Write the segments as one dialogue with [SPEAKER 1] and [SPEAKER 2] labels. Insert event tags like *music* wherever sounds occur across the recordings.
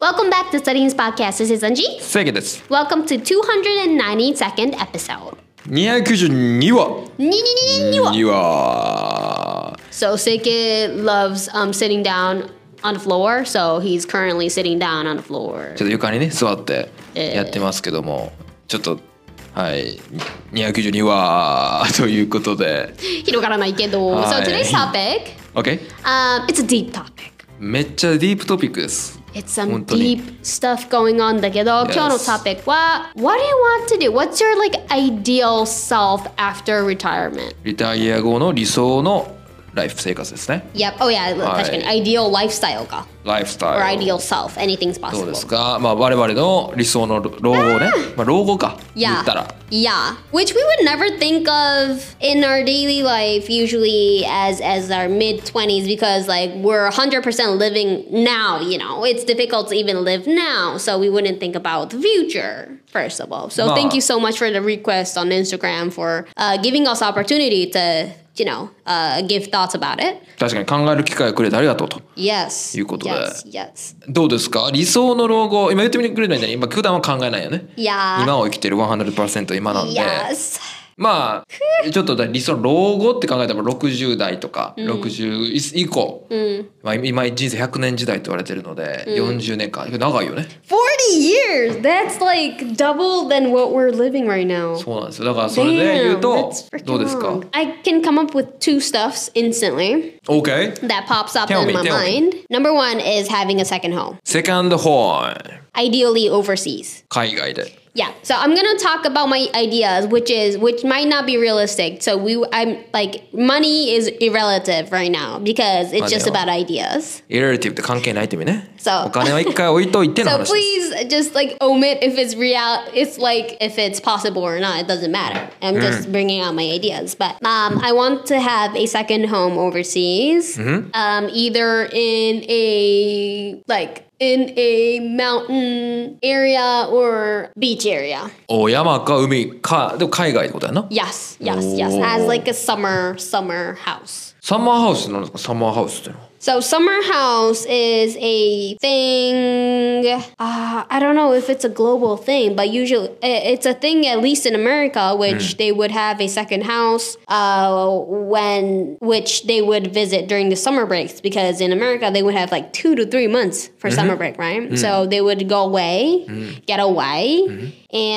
[SPEAKER 1] Welcome back to Studying's podcast. This is Anji.
[SPEAKER 2] 正義です。
[SPEAKER 1] Welcome to 292nd episode.
[SPEAKER 2] 292話。
[SPEAKER 1] 292.
[SPEAKER 2] には
[SPEAKER 1] So Seike loves um, sitting down on the floor, so he's currently sitting down on the floor.
[SPEAKER 2] ちょっと床にね座って
[SPEAKER 1] ええ
[SPEAKER 2] やってますけども、ちょっとはい292話 *laughs* ということで
[SPEAKER 1] 広がらないけど。So
[SPEAKER 2] はい。
[SPEAKER 1] today's topic,
[SPEAKER 2] OK
[SPEAKER 1] um, it's a deep topic.
[SPEAKER 2] めっちゃディープトピックです
[SPEAKER 1] It's some
[SPEAKER 2] 本当に。
[SPEAKER 1] deep stuff going on だけど、
[SPEAKER 2] Yes.
[SPEAKER 1] 今日のトピックは What do you want to do? What's your like ideal self after retirement?
[SPEAKER 2] リタイア後の理想のライフ生活ですね
[SPEAKER 1] Yep. Oh yeah,
[SPEAKER 2] はい。
[SPEAKER 1] 確かに ideal lifestyle か。
[SPEAKER 2] ライフスタ
[SPEAKER 1] Or
[SPEAKER 2] イル
[SPEAKER 1] ideal self. Anything's
[SPEAKER 2] どうで
[SPEAKER 1] possible.
[SPEAKER 2] すかまあ我々の理想の老後ねまあ老後か言
[SPEAKER 1] Yeah.
[SPEAKER 2] ったら
[SPEAKER 1] Yeah. Which we would never think of in our daily life usually as as our mid 20s because like we're 100% living now, you know. It's difficult to even live now, so we wouldn't think about the future first of all. So
[SPEAKER 2] Nah.
[SPEAKER 1] thank you so much for the request on Instagram for uh, giving us opportunity to, you know, uh, give thoughts about it.
[SPEAKER 2] 確かに考える機会をくれてありがとうと
[SPEAKER 1] Yes.
[SPEAKER 2] いうことで。
[SPEAKER 1] Yes. Yes.
[SPEAKER 2] どうですか理想の老後今言ってみてくれないね今普段は考えないよね
[SPEAKER 1] いやー
[SPEAKER 2] 今を生きてる100%今なんで
[SPEAKER 1] Yes.
[SPEAKER 2] まあちょっとだ理想の老後って考えたら60代とか、60以降、まあ、今人生100年時代と言われてるので、40年間長いよね
[SPEAKER 1] 40 years. That's like double than what we're living right now.
[SPEAKER 2] そうなんですよだからそれで言う
[SPEAKER 1] Damn,
[SPEAKER 2] と
[SPEAKER 1] that's freaking
[SPEAKER 2] どうですか
[SPEAKER 1] long. I can come up with two stuffs instantly
[SPEAKER 2] OK
[SPEAKER 1] that pops up
[SPEAKER 2] Tell
[SPEAKER 1] in
[SPEAKER 2] me,
[SPEAKER 1] my
[SPEAKER 2] tell me.
[SPEAKER 1] mind. Number one is having a second home,
[SPEAKER 2] セカンドホーン
[SPEAKER 1] ideally overseas.
[SPEAKER 2] 海外で
[SPEAKER 1] Yeah, so I'm gonna talk about my ideas, which is which might not be realistic. So we, I'm like, money is irrelative right now because it's just
[SPEAKER 2] Money, huh?
[SPEAKER 1] about ideas.
[SPEAKER 2] イレレティブって関係ないって意味ね
[SPEAKER 1] そう
[SPEAKER 2] お金は一回置いといての
[SPEAKER 1] So *laughs*
[SPEAKER 2] 話です
[SPEAKER 1] please just like omit if it's real, it's like if it's possible or not. It doesn't matter. I'm just bringing out my ideas. But um, I want to have a second home overseas, um, either in a like in a mountain area or beach area.
[SPEAKER 2] お山か海かでも海外ってことやな
[SPEAKER 1] Yes, yes, yes. As
[SPEAKER 2] Oh.
[SPEAKER 1] like a summer summer house.
[SPEAKER 2] サマーハウスなんですかサマーハウスってのは
[SPEAKER 1] So summer house is a thing. Uh, I don't know if it's a global thing, but usually i- it's a thing at least in America, which they would have a second house uh, when which they would visit during the summer breaks because in America they would have like two to three months for summer break, right? So they would go away, get away,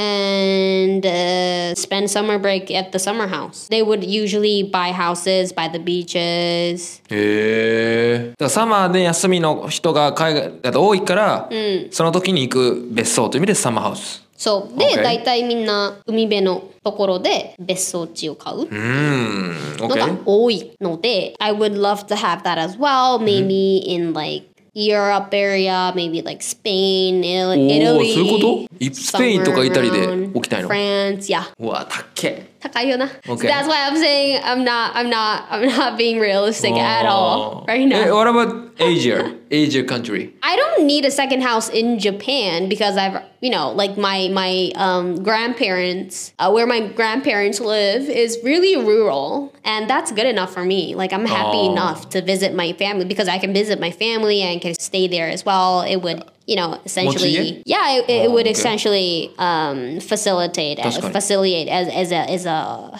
[SPEAKER 1] and uh, spend summer break at the summer house. They would usually buy houses by the beaches.
[SPEAKER 2] へえ。だからサマーで休みの人が海外だと多いから、その時に行く別荘という意味でサマーハウス。
[SPEAKER 1] そうで、
[SPEAKER 2] Okay.
[SPEAKER 1] 大体みんな海辺のところで別荘地を買う
[SPEAKER 2] うーん。オッ
[SPEAKER 1] の
[SPEAKER 2] ケ
[SPEAKER 1] が
[SPEAKER 2] ー。
[SPEAKER 1] 多いので、I would love to have that as well maybe in like Europe area maybe like Spain
[SPEAKER 2] お
[SPEAKER 1] Italy
[SPEAKER 2] お、そういうこと？いスペインとかイタリ
[SPEAKER 1] somewhere
[SPEAKER 2] で
[SPEAKER 1] around
[SPEAKER 2] 起きたいの。
[SPEAKER 1] France yeah
[SPEAKER 2] うわ、たっけ。
[SPEAKER 1] 高いよな
[SPEAKER 2] Okay.
[SPEAKER 1] that's why I'm saying I'm not I'm not I'm not being realistic at all right
[SPEAKER 2] え、
[SPEAKER 1] now
[SPEAKER 2] what about Asia?
[SPEAKER 1] *laughs*
[SPEAKER 2] Asia country?
[SPEAKER 1] I don't need a second house in Japan because I've you know like my my um, grandparents uh, where my grandparents live is really rural and that's good enough for me like I'm happy
[SPEAKER 2] Oh.
[SPEAKER 1] enough to visit my family because I can visit my family and can stay there as well it would you know essentially
[SPEAKER 2] Mochiye?
[SPEAKER 1] yeah it, it
[SPEAKER 2] Oh,
[SPEAKER 1] would
[SPEAKER 2] okay.
[SPEAKER 1] essentially um, facilitate as,
[SPEAKER 2] That's good.
[SPEAKER 1] facilitate as, as a as a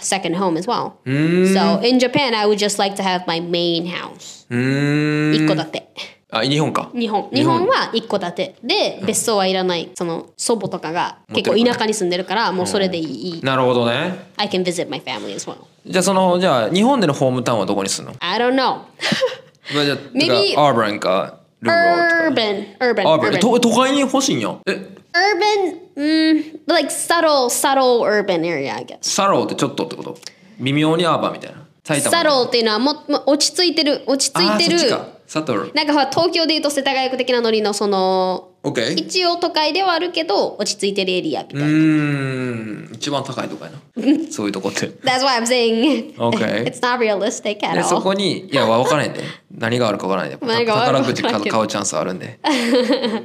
[SPEAKER 1] second home as well
[SPEAKER 2] Mm.
[SPEAKER 1] so in Japan I would just like to have my main house
[SPEAKER 2] うーん。
[SPEAKER 1] 一戸建て
[SPEAKER 2] あ、日本か。
[SPEAKER 1] 日本日
[SPEAKER 2] 日本
[SPEAKER 1] 本は一戸建てで別荘はいらないその祖母とかが
[SPEAKER 2] 持って
[SPEAKER 1] 結構
[SPEAKER 2] るから
[SPEAKER 1] 田舎に住んでるからもうそれでいい
[SPEAKER 2] なるほどね。
[SPEAKER 1] I can visit my family as well
[SPEAKER 2] じゃあそのじゃあ日本でのホームタウンはどこにするの？
[SPEAKER 1] I don't
[SPEAKER 2] *laughs*
[SPEAKER 1] know
[SPEAKER 2] まあじゃあ
[SPEAKER 1] Maybe-
[SPEAKER 2] てかアーバンかルーローとか。
[SPEAKER 1] urban urban
[SPEAKER 2] アーバン。
[SPEAKER 1] urban
[SPEAKER 2] と都会に欲しいんや。え、
[SPEAKER 1] urban mm, like subtle subtle urban area I guess
[SPEAKER 2] サローってちょっとってこと微妙にアーバンみたいな埼玉
[SPEAKER 1] subtle っていうのはもも落ち着いてる落ち着いて
[SPEAKER 2] あーそっち
[SPEAKER 1] る
[SPEAKER 2] かサトル
[SPEAKER 1] なんかほら東京でいうと世田谷区的なノリのその
[SPEAKER 2] OK
[SPEAKER 1] 一応都会ではあるけど落ち着いてるエリアみたいうな
[SPEAKER 2] ーん一番高いとこやなそういうとこって
[SPEAKER 1] That's why I'm saying
[SPEAKER 2] Okay.
[SPEAKER 1] *laughs* it's not realistic at
[SPEAKER 2] で
[SPEAKER 1] all
[SPEAKER 2] そこにいや分からへんで何があるか分からへんで
[SPEAKER 1] 何があるか
[SPEAKER 2] 宝
[SPEAKER 1] 分
[SPEAKER 2] くじ
[SPEAKER 1] からんけど
[SPEAKER 2] 買うチャンスあるんで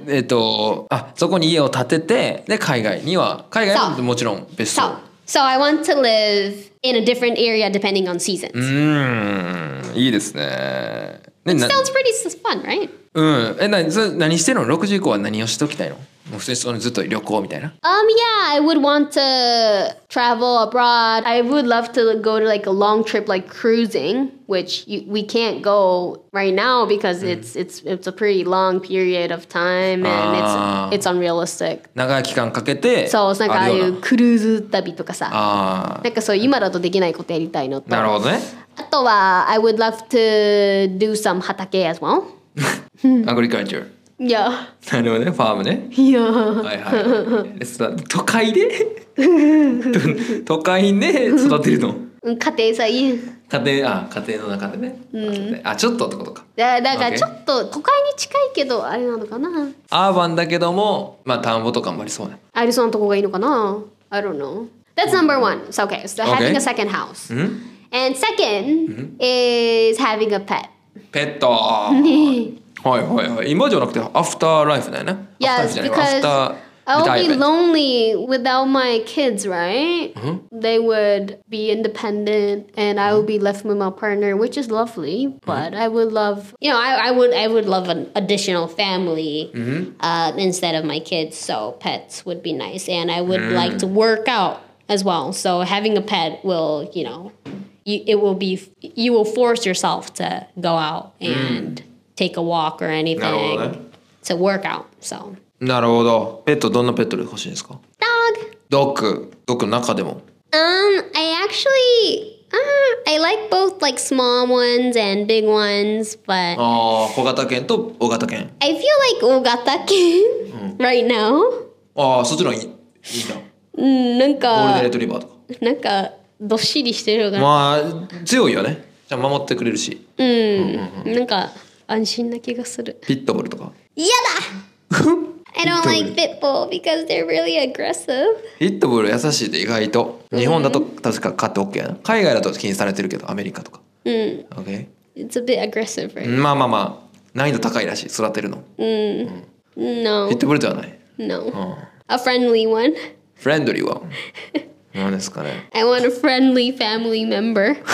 [SPEAKER 2] えっとあそこに家を建ててで海外には海外
[SPEAKER 1] そ
[SPEAKER 2] も
[SPEAKER 1] う
[SPEAKER 2] もちろん別荘
[SPEAKER 1] So, so I want to live in a different area
[SPEAKER 2] Mm.
[SPEAKER 1] depending on seasons.
[SPEAKER 2] うーんいいですねねな
[SPEAKER 1] Sounds pretty s- fun, right?
[SPEAKER 2] うんえなそ何してるの60以降は何をしときたいのもう普通にそのずっと旅行みたいな
[SPEAKER 1] Um, yeah, I would want to travel abroad. I would love to go to like a long trip, like cruising, which you, we can't go right now because it's it's it's a pretty long period of time and
[SPEAKER 2] Ah.
[SPEAKER 1] it's it's unrealistic.
[SPEAKER 2] 長い期間かけて
[SPEAKER 1] そう、なんかああ
[SPEAKER 2] る
[SPEAKER 1] い
[SPEAKER 2] よう
[SPEAKER 1] うクルーズ旅とか
[SPEAKER 2] Ah.
[SPEAKER 1] さ、
[SPEAKER 2] あ
[SPEAKER 1] なんかそう今だとできないことやりたいの
[SPEAKER 2] ー
[SPEAKER 1] と、
[SPEAKER 2] なるほどね
[SPEAKER 1] あとは I would love to do some 畑 as well.
[SPEAKER 2] アグリカルチュ
[SPEAKER 1] Yeah,
[SPEAKER 2] ーなるほどねファームね
[SPEAKER 1] yeah.
[SPEAKER 2] はいはいえそ都会で *laughs* 都都会で育てるの
[SPEAKER 1] うん家庭菜。
[SPEAKER 2] 家庭あ家庭の中でね、あちょっとってことか
[SPEAKER 1] だだから
[SPEAKER 2] Okay.
[SPEAKER 1] ちょっと都会に近いけどあれなのかな。
[SPEAKER 2] アーバンだけどもまあ田んぼとかもありそうね
[SPEAKER 1] アイリスのとこがいいのかな I don't know. That's number one. So, okay, so
[SPEAKER 2] Okay.
[SPEAKER 1] having a second house.
[SPEAKER 2] うん
[SPEAKER 1] And 2nd is having a pet.
[SPEAKER 2] ペットはいはいはい今じゃなくてアフターライフだよね
[SPEAKER 1] Yes,
[SPEAKER 2] アフターライフじゃない
[SPEAKER 1] because
[SPEAKER 2] わアフター
[SPEAKER 1] I'll
[SPEAKER 2] リタ
[SPEAKER 1] be
[SPEAKER 2] イアメント
[SPEAKER 1] lonely without my kids, right? They would be independent and I would be left with my partner, which is lovely, but I would love, you know, I, I would I would love an additional family uh, instead of my kids, so pets would be nice and I would like to work out as well. So having a pet will, you know, you, it will be you will force yourself to go out and take a walk or
[SPEAKER 2] that.
[SPEAKER 1] anything to work out. So
[SPEAKER 2] なるほどペットどんなペットで欲しいんですか
[SPEAKER 1] dog.
[SPEAKER 2] ドッグドッグの中でも
[SPEAKER 1] Um, I actually, uh, I like both like small ones and big ones, but
[SPEAKER 2] ああ小型犬と大型犬
[SPEAKER 1] I feel like Ogatakin right now.
[SPEAKER 2] ああそっちの方がいいいいな
[SPEAKER 1] うんなん
[SPEAKER 2] ゴールデンレ
[SPEAKER 1] か、
[SPEAKER 2] トリバーとか
[SPEAKER 1] なんか、どっしりしてるのが、
[SPEAKER 2] まあ強いよねじゃあ守ってくれるし
[SPEAKER 1] うん、なんか、安心な気がする。
[SPEAKER 2] ピットボールとか
[SPEAKER 1] 嫌だ *laughs* I don't like Pitbull because they're really aggressive.
[SPEAKER 2] ピットボール優しいで意外と日本だと確か買って OK やな海外だと禁止されてるけどアメリカとか
[SPEAKER 1] うん、
[SPEAKER 2] OK
[SPEAKER 1] it's a bit aggressive, right?
[SPEAKER 2] まあまあまあ難易度高いらしい育てるのピ
[SPEAKER 1] No,
[SPEAKER 2] ットボールではない、う
[SPEAKER 1] no.
[SPEAKER 2] ん、
[SPEAKER 1] A friendly one.
[SPEAKER 2] フレンドリー
[SPEAKER 1] *laughs*
[SPEAKER 2] は何ですかね
[SPEAKER 1] I want a friendly family member. *laughs*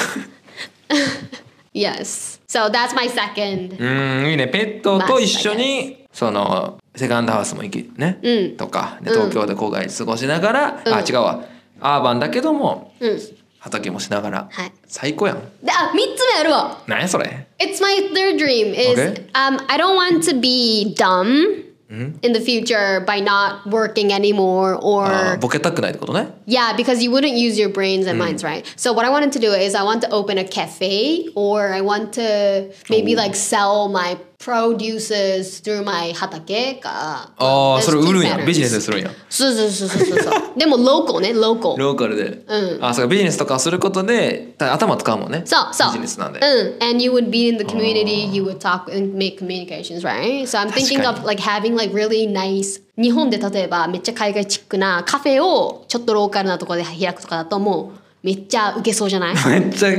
[SPEAKER 1] yes. So that's my second.
[SPEAKER 2] うんいいねペットと一緒にそのセカンドハウスも行きね、
[SPEAKER 1] うん
[SPEAKER 2] とかで東京で郊外で過ごしながら、あ違うわアーバンだけども
[SPEAKER 1] うん。
[SPEAKER 2] 畑もしながら、
[SPEAKER 1] はい
[SPEAKER 2] 最高やん
[SPEAKER 1] であ、三つ目あるわ。
[SPEAKER 2] 何やそれ
[SPEAKER 1] It's my third dream is
[SPEAKER 2] Okay.
[SPEAKER 1] um I don't want to be dumb in the future by not working anymore or
[SPEAKER 2] あーボケたくないってことね
[SPEAKER 1] Yeah, because you wouldn't use your brains and minds, right? So what I wanted to do is I want to open a cafe or I want to maybe like sell my produces through my hatake か。
[SPEAKER 2] ああ
[SPEAKER 1] There's
[SPEAKER 2] それ売るんや
[SPEAKER 1] two
[SPEAKER 2] ビジネスでするんや
[SPEAKER 1] そうそうそうそう
[SPEAKER 2] *laughs*
[SPEAKER 1] そう。でもローコね、ローコ。
[SPEAKER 2] ローカルで、
[SPEAKER 1] うん
[SPEAKER 2] あそうかビジネスとかすることでた頭使うもんね
[SPEAKER 1] そうそう。
[SPEAKER 2] ビジネスなんで、
[SPEAKER 1] うん。And you would be in the community, you would talk and make communications, right? So I'm thinking
[SPEAKER 2] 確
[SPEAKER 1] of like having like really nice 日本で例えばめっちゃ海外チックなカフェをちょっとローカルなところで開くとかだともうめっちゃウケそうじゃ
[SPEAKER 2] *laughs*
[SPEAKER 1] ない
[SPEAKER 2] めっちゃ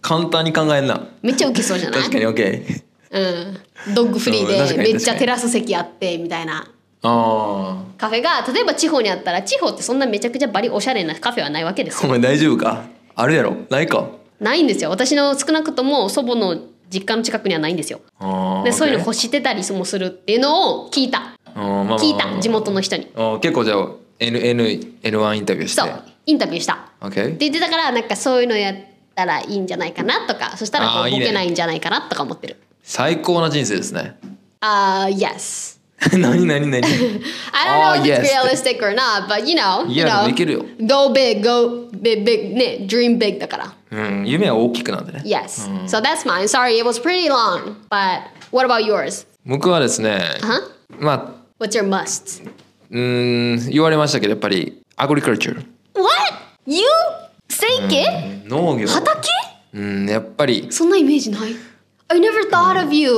[SPEAKER 2] 簡単に考えんな
[SPEAKER 1] めっちゃウケそうじゃない
[SPEAKER 2] 確かに OK
[SPEAKER 1] うん。ドッグフリー
[SPEAKER 2] うん確
[SPEAKER 1] で
[SPEAKER 2] かに
[SPEAKER 1] めっち
[SPEAKER 2] 確か
[SPEAKER 1] ゃ
[SPEAKER 2] に
[SPEAKER 1] テラス席あってみたいな。
[SPEAKER 2] あ
[SPEAKER 1] カフェが例えば地方にあったら地方ってそんなめちゃくちゃバリおしゃれなカフェはないわけですよ
[SPEAKER 2] あお前大丈夫かあるやろないか
[SPEAKER 1] ないんですよ私の少なくとも祖母の実家の近くにはないんですよ
[SPEAKER 2] あー
[SPEAKER 1] でそういうの
[SPEAKER 2] OK
[SPEAKER 1] 欲してたりもするっていうのを聞いた
[SPEAKER 2] あーまあまあまあ
[SPEAKER 1] 聞いた地元の人に
[SPEAKER 2] あー結構じゃあ NN N1 インタビューして
[SPEAKER 1] そうインタビューしたっ
[SPEAKER 2] OK
[SPEAKER 1] て言ってたからなんかそういうのやったらいいんじゃないかなとかそしたらこ
[SPEAKER 2] あー
[SPEAKER 1] う
[SPEAKER 2] いい
[SPEAKER 1] ボ
[SPEAKER 2] ね
[SPEAKER 1] ケないんじゃないかなとか思ってる
[SPEAKER 2] 最高な人生です
[SPEAKER 1] *laughs*
[SPEAKER 2] ね
[SPEAKER 1] あー yes
[SPEAKER 2] 何何何
[SPEAKER 1] I don't know
[SPEAKER 2] Oh,
[SPEAKER 1] if it's
[SPEAKER 2] yes.
[SPEAKER 1] realistic or not but you know you
[SPEAKER 2] いやでもいけ
[SPEAKER 1] know
[SPEAKER 2] るよ
[SPEAKER 1] go big go big big ね dream big だから
[SPEAKER 2] うん夢は大きくなんでね
[SPEAKER 1] yes so that's mine sorry it was pretty long but what about yours
[SPEAKER 2] 僕はですね
[SPEAKER 1] huh
[SPEAKER 2] まあ
[SPEAKER 1] what's your must
[SPEAKER 2] うーん言われましたけどやっぱりアグリカルチュー
[SPEAKER 1] What? You? 整形
[SPEAKER 2] 農業
[SPEAKER 1] 畑
[SPEAKER 2] うんやっぱり
[SPEAKER 1] そんなイメージない I never thought of you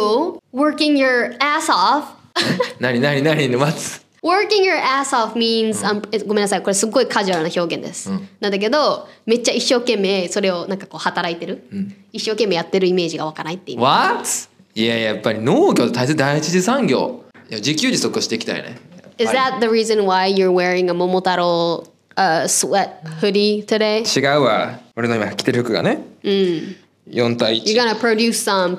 [SPEAKER 1] working your ass off *laughs*
[SPEAKER 2] 何何何待つ
[SPEAKER 1] Working your ass off means、あんえごめんなさいこれすっごいカジュアルな表現です、なんだけどめっちゃ一生懸命それをなんかこう働いてる、一生懸命やってるイメージがわかないっていう
[SPEAKER 2] What? いやいややっぱり農業って大切第一次産業いや自給自足していきたいね
[SPEAKER 1] Is
[SPEAKER 2] やっぱ
[SPEAKER 1] that the reason why you're wearing a 桃太郎、uh, sweat hoodie today?
[SPEAKER 2] り違うわ俺の今着てる服がね
[SPEAKER 1] うん
[SPEAKER 2] 4対
[SPEAKER 1] You're
[SPEAKER 2] 1
[SPEAKER 1] gonna produce some
[SPEAKER 2] ス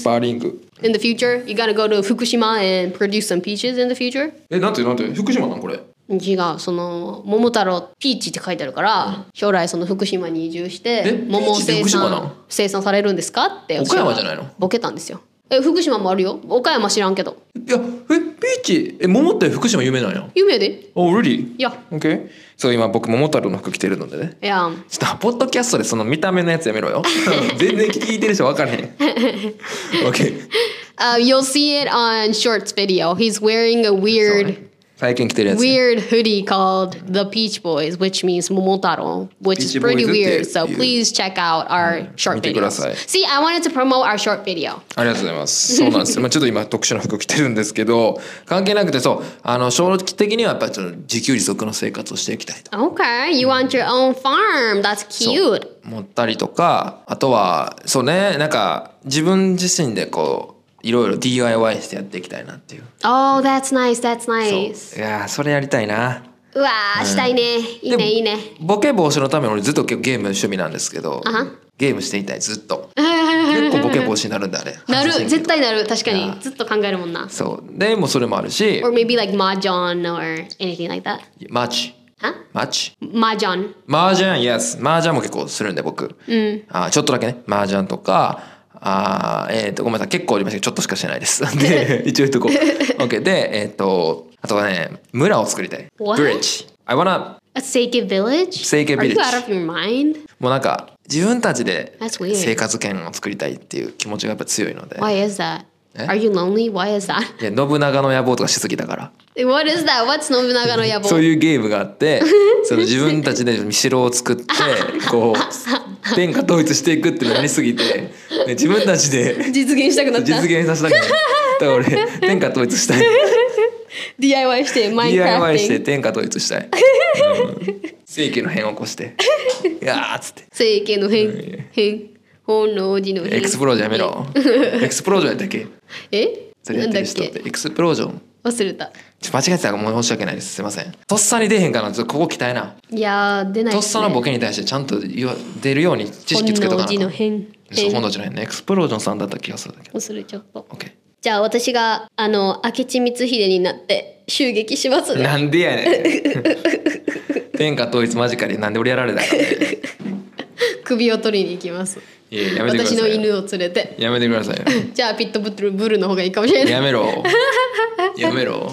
[SPEAKER 1] peaches
[SPEAKER 2] パーリング
[SPEAKER 1] in the future? You gotta go to Fukushima and produce some peaches in the future?
[SPEAKER 2] えなんてなんて福島なんこれ
[SPEAKER 1] 違う、その、桃太郎ピーチって書いてあるから、将来その福島に移住して
[SPEAKER 2] え、
[SPEAKER 1] 桃を
[SPEAKER 2] ピーチって
[SPEAKER 1] 生
[SPEAKER 2] 福島なの
[SPEAKER 1] 産、生産されるんですかって。
[SPEAKER 2] 岡山じゃないの
[SPEAKER 1] ボケたんですよ。え、福島もあるよ。岡山知らんけど。
[SPEAKER 2] いやえピーチえ桃って福島有名なんや
[SPEAKER 1] 有名で
[SPEAKER 2] お
[SPEAKER 1] い
[SPEAKER 2] really?
[SPEAKER 1] や、
[SPEAKER 2] OK そう今僕桃太郎の服着てるのでね
[SPEAKER 1] いや、
[SPEAKER 2] ちょっとポッドキャストでその見た目のやつやめ
[SPEAKER 1] *laughs*
[SPEAKER 2] ろよ全然聞いてる人分からへん OK
[SPEAKER 1] Uh, you'll see it on Short's video. He's wearing a
[SPEAKER 2] そう
[SPEAKER 1] weird,
[SPEAKER 2] ね最近着てるやつね
[SPEAKER 1] weird hoodie called the Peach Boys, which means Momotaro, which is
[SPEAKER 2] Peach
[SPEAKER 1] pretty
[SPEAKER 2] Boys
[SPEAKER 1] weird.
[SPEAKER 2] っていう-
[SPEAKER 1] So please check out our short
[SPEAKER 2] 見てください
[SPEAKER 1] videos. See, I wanted to promote our short video.
[SPEAKER 2] ありがとうございます。そうなんですよ。まあちょっと今特殊な服着てるんですけど、関係なくてそう、あの将来的にはやっぱりちょっと自給自足の生活をしていきたいと。
[SPEAKER 1] Okay, you want your own farm. That's
[SPEAKER 2] そう
[SPEAKER 1] cute.
[SPEAKER 2] 思ったりとか、あとはそうね、なんか自分自身でこういろいろ DIY してやっていきたいなっていう。
[SPEAKER 1] Oh, that's nice. That's
[SPEAKER 2] そう
[SPEAKER 1] nice.
[SPEAKER 2] いやーそれやりたいな。
[SPEAKER 1] うわー、したいね。いいね、いいね。
[SPEAKER 2] ボケ防止のために俺ずっと結構ゲームの趣味なんですけど
[SPEAKER 1] は、
[SPEAKER 2] ゲームしていたいずっ
[SPEAKER 1] *laughs*
[SPEAKER 2] と。結構ボケ防止になるんだあれ。
[SPEAKER 1] なる、
[SPEAKER 2] 反射神経
[SPEAKER 1] 絶対なる。確か
[SPEAKER 2] い
[SPEAKER 1] に
[SPEAKER 2] や。
[SPEAKER 1] ずっと考えるもんな。
[SPEAKER 2] そう。でもうそれもあるし、
[SPEAKER 1] Or maybe like Mahjong or anything like that.
[SPEAKER 2] マッチ、
[SPEAKER 1] Huh?
[SPEAKER 2] マッチ。
[SPEAKER 1] Mahjong.
[SPEAKER 2] 麻雀 yes 麻雀も結構するんで僕、あちょっとだけね麻雀とかあーえっ、とごめんなさい結構ありましたけどちょっとしかしてないです *laughs*
[SPEAKER 1] *laughs*
[SPEAKER 2] で一応言っとこう OK でえっ、とあとはね村を作りたい
[SPEAKER 1] What？
[SPEAKER 2] ビレッジ I wanna
[SPEAKER 1] A Seiken village?
[SPEAKER 2] Seiken
[SPEAKER 1] Are
[SPEAKER 2] village.
[SPEAKER 1] you out of your mind?
[SPEAKER 2] もうなんか自分たちで
[SPEAKER 1] That's weird
[SPEAKER 2] 生活圏を作りたいっていう気持ちがやっぱ強いので
[SPEAKER 1] Why is that?
[SPEAKER 2] Eh?
[SPEAKER 1] Are you lonely? Why is that? *laughs*
[SPEAKER 2] いや信長の野望とかしすぎだから
[SPEAKER 1] What is that? What's Nobunaga no *laughs*
[SPEAKER 2] そう
[SPEAKER 1] Yabo?
[SPEAKER 2] いうゲームがあってその自分たちで城を作ってこう
[SPEAKER 1] *laughs*
[SPEAKER 2] 天下統一していくっていうのになりすぎて、ね、自分たちで
[SPEAKER 1] 実現したくなった。*laughs*
[SPEAKER 2] 実現させたくないだから俺天下統一したい
[SPEAKER 1] DIY して、マインクラフ
[SPEAKER 2] DIY し
[SPEAKER 1] ティ
[SPEAKER 2] て
[SPEAKER 1] ング。
[SPEAKER 2] 天下統一したい、うん世紀の変を起
[SPEAKER 1] *laughs*
[SPEAKER 2] こしていやーっつって
[SPEAKER 1] 整形の変、変、本能寺の変。
[SPEAKER 2] エクスプロージョンや
[SPEAKER 1] *laughs*
[SPEAKER 2] めろエクスプロージョンやったっけ
[SPEAKER 1] え
[SPEAKER 2] それや
[SPEAKER 1] な
[SPEAKER 2] っ
[SPEAKER 1] んだ
[SPEAKER 2] てる
[SPEAKER 1] っ
[SPEAKER 2] 人って
[SPEAKER 1] け
[SPEAKER 2] エクスプロージョン
[SPEAKER 1] 忘れた。
[SPEAKER 2] ちょ間違えてたから申し訳ないですすいませんとっさに出へんからちょっとここ鍛えない
[SPEAKER 1] やー、出ない
[SPEAKER 2] と
[SPEAKER 1] で
[SPEAKER 2] っ
[SPEAKER 1] すね。
[SPEAKER 2] さのボケに対してちゃんと言わ出るように知識つけとかなあかん
[SPEAKER 1] 本能寺の変
[SPEAKER 2] そう本能寺の変ねエクスプロージョンさんだった気がするんだけど
[SPEAKER 1] 忘れちゃった。
[SPEAKER 2] OK
[SPEAKER 1] じゃあ私が、あの、明智光秀になって襲撃しますね。
[SPEAKER 2] なんでやねん *laughs* 天下統一間近でなんで俺やられたんやろね
[SPEAKER 1] 首を取りに行きます。
[SPEAKER 2] *laughs* いややめてくださ
[SPEAKER 1] 私
[SPEAKER 2] い
[SPEAKER 1] の犬を連れて。
[SPEAKER 2] やめてく
[SPEAKER 1] *laughs*
[SPEAKER 2] ださいよ
[SPEAKER 1] じゃあピットブルブルの方がいいかもしれない。
[SPEAKER 2] やめろやめろ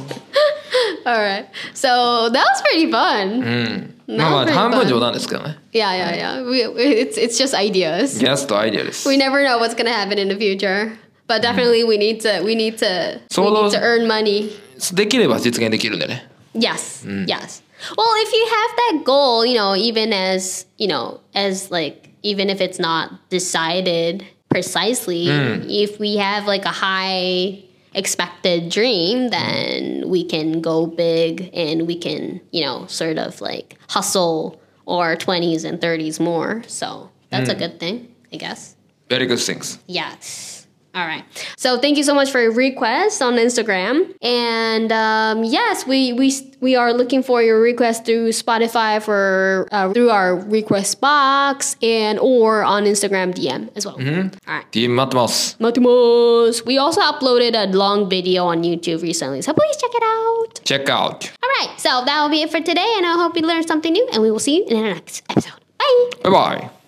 [SPEAKER 1] All right. So that was pretty
[SPEAKER 2] う
[SPEAKER 1] fun.
[SPEAKER 2] んま
[SPEAKER 1] な
[SPEAKER 2] あ
[SPEAKER 1] ん
[SPEAKER 2] まあ
[SPEAKER 1] か
[SPEAKER 2] 半分冗談ですけどね
[SPEAKER 1] Yeah, yeah, yeah. We, it's it's just ideas.
[SPEAKER 2] ギャスとアイデアです
[SPEAKER 1] We never know what's gonna happen in the future. But definitely we need to we need to
[SPEAKER 2] So
[SPEAKER 1] we need
[SPEAKER 2] those-
[SPEAKER 1] to earn money.
[SPEAKER 2] できれば実現できるんでね
[SPEAKER 1] Yes. Yes. Well, if you have that goal, you know, even as you know, as like even if it's not decided precisely, if we have like a high expected dream, then we can go big and we can, you know, sort of like hustle our twenties and thirties more. So that's a good thing, I guess.
[SPEAKER 2] Very good things
[SPEAKER 1] Yes. All right. So thank you so much for your requests on Instagram. And um, yes, we, we we are looking for your requests through Spotify for uh, through our request box and or on Instagram DM as well. All right.
[SPEAKER 2] DM 待ってます
[SPEAKER 1] Matumos. We also uploaded a long video on YouTube recently, so please check it out.
[SPEAKER 2] Check out
[SPEAKER 1] All right. So that will be it for today, and I hope you learned something new. And we will see you in the next episode. Bye.
[SPEAKER 2] バイバイ